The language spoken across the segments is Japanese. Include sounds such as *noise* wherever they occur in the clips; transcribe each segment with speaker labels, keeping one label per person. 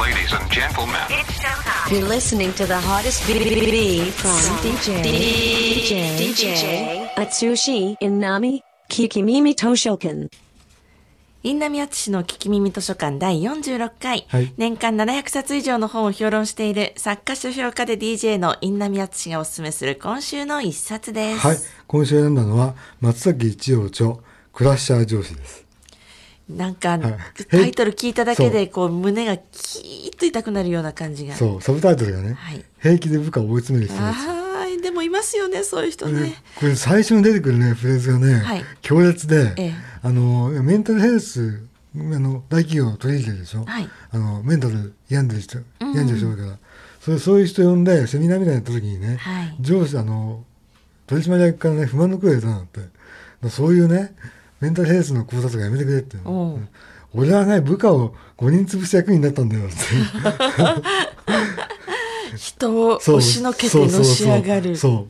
Speaker 1: ladies and gentlemen.
Speaker 2: You're listening to the hottest BBB from
Speaker 3: DJ.
Speaker 2: DJ DJ Atsushi Inami Kikimimi Toshokan.
Speaker 3: インナミアツシの聞き耳図書館第46回、
Speaker 4: はい
Speaker 3: 年間700冊以上の本を評論している作家書評家で DJ のインナミアツシがおすすめする今週の一冊です。
Speaker 4: はい、今週選んだのは松崎一郎著クラッシャー上司です。
Speaker 3: なんか、
Speaker 4: はい
Speaker 3: タイトル聞いただけで
Speaker 4: そ
Speaker 3: こう胸がキーッと痛くなるような感じが。
Speaker 4: そう、サブタイトルがね、
Speaker 3: はい
Speaker 4: 平気で部下を追い詰める人たち。
Speaker 3: あーでもいますよね、そういう人
Speaker 4: これ
Speaker 3: ね。
Speaker 4: これ最初に出てくるねフレーズがね、
Speaker 3: はい
Speaker 4: 強烈で、
Speaker 3: ええ
Speaker 4: あのメンタルヘルスあの大企業の取り入れてるでしょ、
Speaker 3: はい
Speaker 4: あのメンタル病んでる人病んでる人だから、それそういう人呼んでセミナーみたいなのやった時にね、
Speaker 3: はい
Speaker 4: 上司あの取締役からね不満の声が出たんだってだからそういうねメンタルヘルスの講座とかやめてくれって、
Speaker 3: おう
Speaker 4: うん俺はね部下を5人潰す役になったんだよって
Speaker 3: 人を
Speaker 4: そう
Speaker 3: 押しのけて
Speaker 4: そう
Speaker 3: の
Speaker 4: そう
Speaker 3: し
Speaker 4: そう
Speaker 3: 上がる。
Speaker 4: そ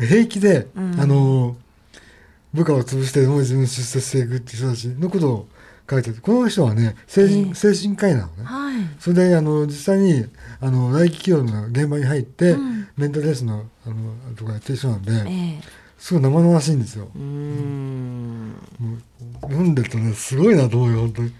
Speaker 4: う平気で、あの部下を潰してもう自分出世していくっていう人たちのことを書いてるこの人はね精神,、精神科医なのね、
Speaker 3: はい。
Speaker 4: それであの実際にあの大企業の現場に入って、メンタルレースのあのとかやってる人なんで、
Speaker 3: ええ
Speaker 4: すごい生々しいんですよ、
Speaker 3: うーん。
Speaker 4: 読んでるとねすごいなと思うよ本当に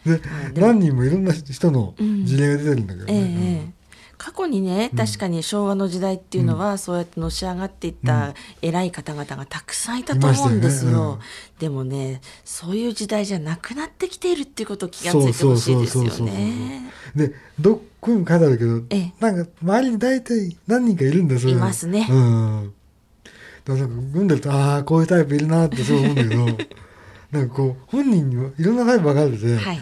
Speaker 4: で何人もいろんな人の事例が出てるんだけど
Speaker 3: ええ
Speaker 4: ね、
Speaker 3: ええ過去にね確かに昭和の時代っていうのは、そうやってのし上がっていった偉い方々がたくさんいたと思うんですよ
Speaker 4: いましたよね
Speaker 3: でもねそういう時代じゃなくなってきているっていうことを気がついてほしいですよね。
Speaker 4: でどこにも書いてあるけど、
Speaker 3: ええ
Speaker 4: なんか周りに大体何人かいるんだよそれ
Speaker 3: いますね
Speaker 4: うんだからなんか読んでるとああこういうタイプいるなってそう思うんだ
Speaker 3: *laughs*
Speaker 4: けどなんかこう本人にもいろんなタイプ分かれてて、
Speaker 3: はい、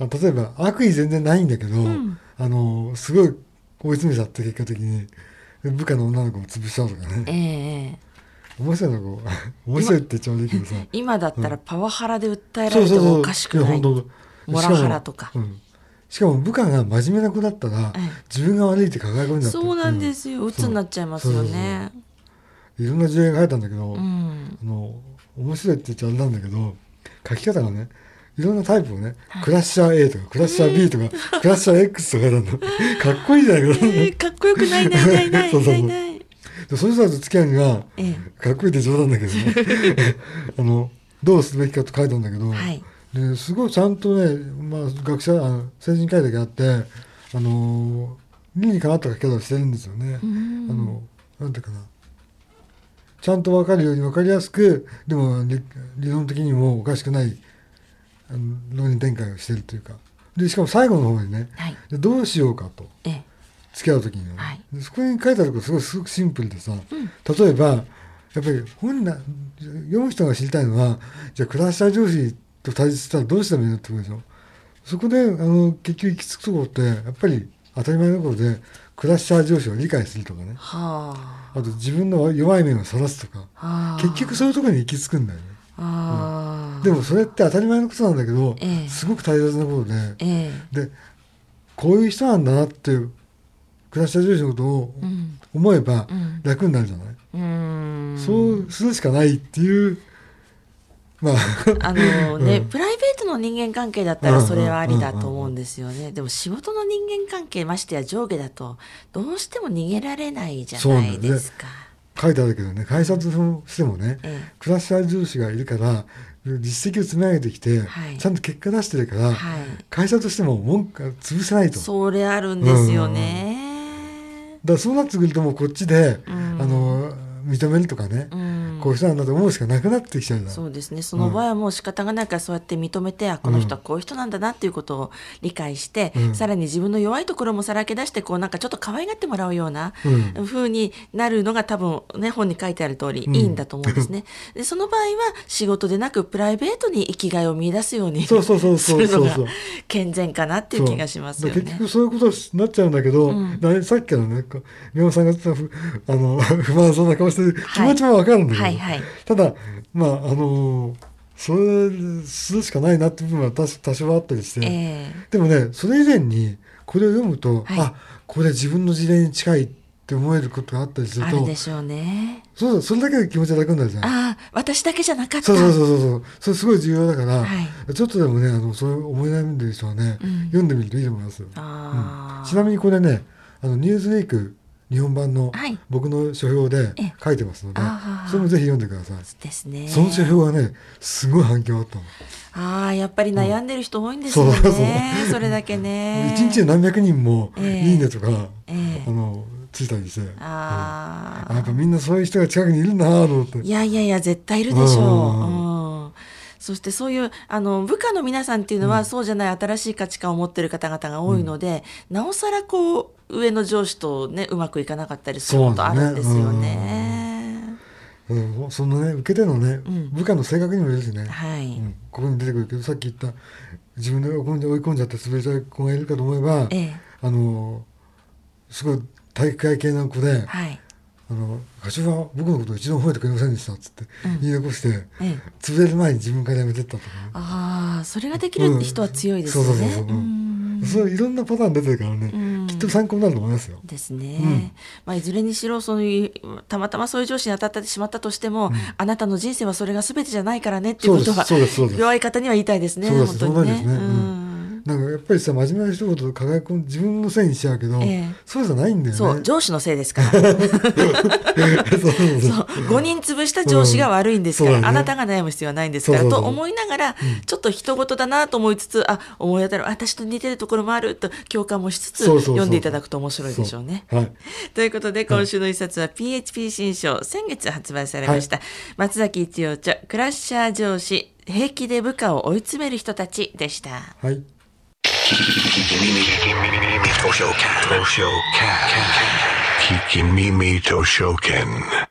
Speaker 4: あ例えば悪意全然ないんだけど、
Speaker 3: ん
Speaker 4: あのすごい追い詰めちゃって結果的に部下の女の子を潰しちゃうとか
Speaker 3: ええ
Speaker 4: ね
Speaker 3: え
Speaker 4: 面白いのこう面白いって言っちゃ悪いけ
Speaker 3: *laughs*
Speaker 4: どさ
Speaker 3: え今だったらパワハラで訴えら
Speaker 4: そう
Speaker 3: れ
Speaker 4: そ
Speaker 3: て
Speaker 4: うそ
Speaker 3: も
Speaker 4: う
Speaker 3: おかしくない。
Speaker 4: や本当
Speaker 3: モラハラとか
Speaker 4: しもうんしかも部下が真面目な子だったら、
Speaker 3: ええ
Speaker 4: 自分が悪いって抱え込んじゃって、
Speaker 3: そうなんですすよ鬱になっちゃいますよね。
Speaker 4: うんいろんな事例が書いたんだけど、
Speaker 3: うん
Speaker 4: あの面白いって言っちゃあれなんだけど書き方がねいろんなタイプをね、クラッシャー A とかクラッシャー B とか、
Speaker 3: *laughs*
Speaker 4: クラッシャー X とかなんだ *laughs* かっこいいじゃないか、
Speaker 3: ええかっこよくないないないない
Speaker 4: *laughs* そう
Speaker 3: な
Speaker 4: そう
Speaker 3: い
Speaker 4: そう
Speaker 3: ない。
Speaker 4: でそういう人たちと付き合うには、
Speaker 3: え
Speaker 4: かっこいいって冗談だけどね
Speaker 3: *laughs*
Speaker 4: あのどうすべきかと書いたんだけど、
Speaker 3: はい
Speaker 4: ですごいちゃんとね、まあ、学者あの成人会だけあって、あのー理にかなった書き方をしてるんですよね。あのなんていうかなちゃんと分かるように分かりやすくでも理理論的にもおかしくないあの論理展開をしてるというかでしかも最後の方にね、
Speaker 3: はい
Speaker 4: でどうしようかと。
Speaker 3: ええ
Speaker 4: 付き合う時にはね、
Speaker 3: はい
Speaker 4: でそこに書いてあることすごいすごくシンプルでさ、例えばやっぱり本な読む人が知りたいのはじゃあクラッシャー上司と対峙したらどうしたらいいのってことでしょそこであの結局行き着くところってやっぱり当たり前のことでクラッシャー上司を理解するとかね
Speaker 3: はあ。
Speaker 4: あと自分の弱い面を晒すとか
Speaker 3: あー
Speaker 4: 結局そういうところに行き着くんだよね
Speaker 3: あー
Speaker 4: でもそれって当たり前のことなんだけど、
Speaker 3: ええ
Speaker 4: すごく大切なことで、
Speaker 3: え
Speaker 4: でこういう人なんだなっていう暮らした上司のことを思えば
Speaker 3: ん
Speaker 4: 楽になるじゃない、
Speaker 3: えうーん
Speaker 4: そうするしかないっていうまあ *laughs*
Speaker 3: あのね、
Speaker 4: うん
Speaker 3: プライベートの人間関係だったらそれはありだと思うんですよね、でも仕事の人間関係ましてや上下だとどうしても逃げられないじゃないですか、
Speaker 4: 書いてあるけどね会社としてもね、
Speaker 3: ええ
Speaker 4: クラッシャー上司がいるから実績を積み上げてきて、
Speaker 3: はい
Speaker 4: ちゃんと結果出してるか
Speaker 3: は
Speaker 4: ら、
Speaker 3: い
Speaker 4: 会社としても文句は潰せないと
Speaker 3: それあるんですよね
Speaker 4: だからそうなってくるともうこっちで、
Speaker 3: ん
Speaker 4: あの認めるとかね、
Speaker 3: うん
Speaker 4: こういう人なんだと思うしかなくなってきちゃうじゃない
Speaker 3: そうですねその場合はもう仕方がないからそうやって認めて、あこの人はこういう人なんだなっていうことを理解して、
Speaker 4: うん
Speaker 3: さらに自分の弱いところもさらけ出してこうなんかちょっと可愛がってもらうような
Speaker 4: うん
Speaker 3: 風になるのが多分ね本に書いてある通り
Speaker 4: うん
Speaker 3: いいんだと思うんです
Speaker 4: *laughs*
Speaker 3: ね。でその場合は仕事でなくプライベートに生きがいを見出すようにす
Speaker 4: そ
Speaker 3: る
Speaker 4: うそうそうそう
Speaker 3: のが
Speaker 4: そうそう
Speaker 3: 健全かなってい
Speaker 4: そうう
Speaker 3: 気がしますよ
Speaker 4: だから
Speaker 3: ね
Speaker 4: 結。局そういうことになっちゃうんだけど、だいさっきからね、こう宮本さんがちょっとふ *laughs* あの不満そうな顔してる気
Speaker 3: はい
Speaker 4: 持ちもわかるんだけど、
Speaker 3: はいはい
Speaker 4: ただ、まあ、あのーそれするしかないなっていう部分は多多少はあったりして、
Speaker 3: え
Speaker 4: でもね、それ以前にこれを読むと、
Speaker 3: はい
Speaker 4: あこれ自分の事例に近いって思えることがあったりす
Speaker 3: え
Speaker 4: る
Speaker 3: ある
Speaker 4: と
Speaker 3: で、しょうね。
Speaker 4: そうそうそれだけで気持ちが楽になるじゃん。
Speaker 3: ああ私だけじゃなかった。
Speaker 4: そうそうそうそうそうそれすごい重要だから、
Speaker 3: は
Speaker 4: ちょっとでもねあのそう思い悩んでる人はね、読んでみるといいと思いますよ。
Speaker 3: ああ、あー
Speaker 4: ちなみにこれね「あのニューズウィーク日本版の
Speaker 3: はい
Speaker 4: 僕の書評で
Speaker 3: え
Speaker 4: 書いてますので、
Speaker 3: あー
Speaker 4: それもぜひ読んでください。
Speaker 3: ですね。
Speaker 4: その書評はねすごい反響あったの。
Speaker 3: ああ、やっぱり悩んでる人多いんですよね。
Speaker 4: うんそうそう
Speaker 3: それだけね。
Speaker 4: 一日で何百人も「
Speaker 3: ええ
Speaker 4: いいね」とか、
Speaker 3: ええ
Speaker 4: あのついたりして、
Speaker 3: あ
Speaker 4: あ
Speaker 3: あ
Speaker 4: やっぱみんなそういう人が近くにいるんだなと思って。
Speaker 3: いやいやいや、絶対いるでしょう。
Speaker 4: うんう
Speaker 3: うんそしてそういうあの部下の皆さんっていうのは、そうじゃない新しい価値観を持ってる方々が多いので、なおさらこう上の上司とねうまくいかなかったりすることあるんですよ
Speaker 4: そうです
Speaker 3: ね。
Speaker 4: うん、そのね受け手のね、
Speaker 3: うん
Speaker 4: 部下の性格にもよるしね、
Speaker 3: はい、
Speaker 4: うん、ここに出てくるけどさっき言った自分で追い込んじゃ追い込んじゃって滑りたい子がいるかと思えば、
Speaker 3: ええ
Speaker 4: あのすごい体育会系の子で「
Speaker 3: はい、
Speaker 4: あの課長は僕のこと一度も褒めてくれませんでした」っつって言い残して、
Speaker 3: ええ
Speaker 4: 潰れる前に自分からやめてったとかね、
Speaker 3: ああそれができる人は強いですよ
Speaker 4: うんそうそうそう
Speaker 3: ね
Speaker 4: そう。
Speaker 3: うん
Speaker 4: そういろんなパターン出てるからね、
Speaker 3: うん
Speaker 4: きっと参考になると思いますよ。
Speaker 3: ですね、
Speaker 4: ん
Speaker 3: まあ、いずれにしろそういうたまたまそういう上司に当たってしまったとしても、あなたの人生はそれが全てじゃないからねっていうことは
Speaker 4: そうですそうですそうです
Speaker 3: 弱い方には言いたいですね
Speaker 4: そうです
Speaker 3: 本当にね
Speaker 4: そうなんですねうん
Speaker 3: うん
Speaker 4: なんかやっぱりさ真面目な人ほど輝く自分のせいにしちゃうけど、
Speaker 3: ええ
Speaker 4: そうじゃないんだよね。
Speaker 3: そう上司のせいですからそう
Speaker 4: *laughs* そうそうそう
Speaker 3: 5人潰した上司が悪いんですから、
Speaker 4: うんそうだ
Speaker 3: あ
Speaker 4: ね
Speaker 3: なたが悩む必要はないんですから
Speaker 4: そうそうそう
Speaker 3: と思いながら、ちょっと人事だなと思いつつあ思い当たる私と似てるところもあると共感もしつつ
Speaker 4: そうそうそう
Speaker 3: 読んでいただくと面白いでしょうね。
Speaker 4: そうはい
Speaker 3: ということで今週の一冊は PHP 新書先月発売されました、松崎一葉著クラッシャー上司平気で部下を追い詰める人たちでした
Speaker 4: はい。
Speaker 1: Toshouken. Toshoken. Kikimimi Toshoken.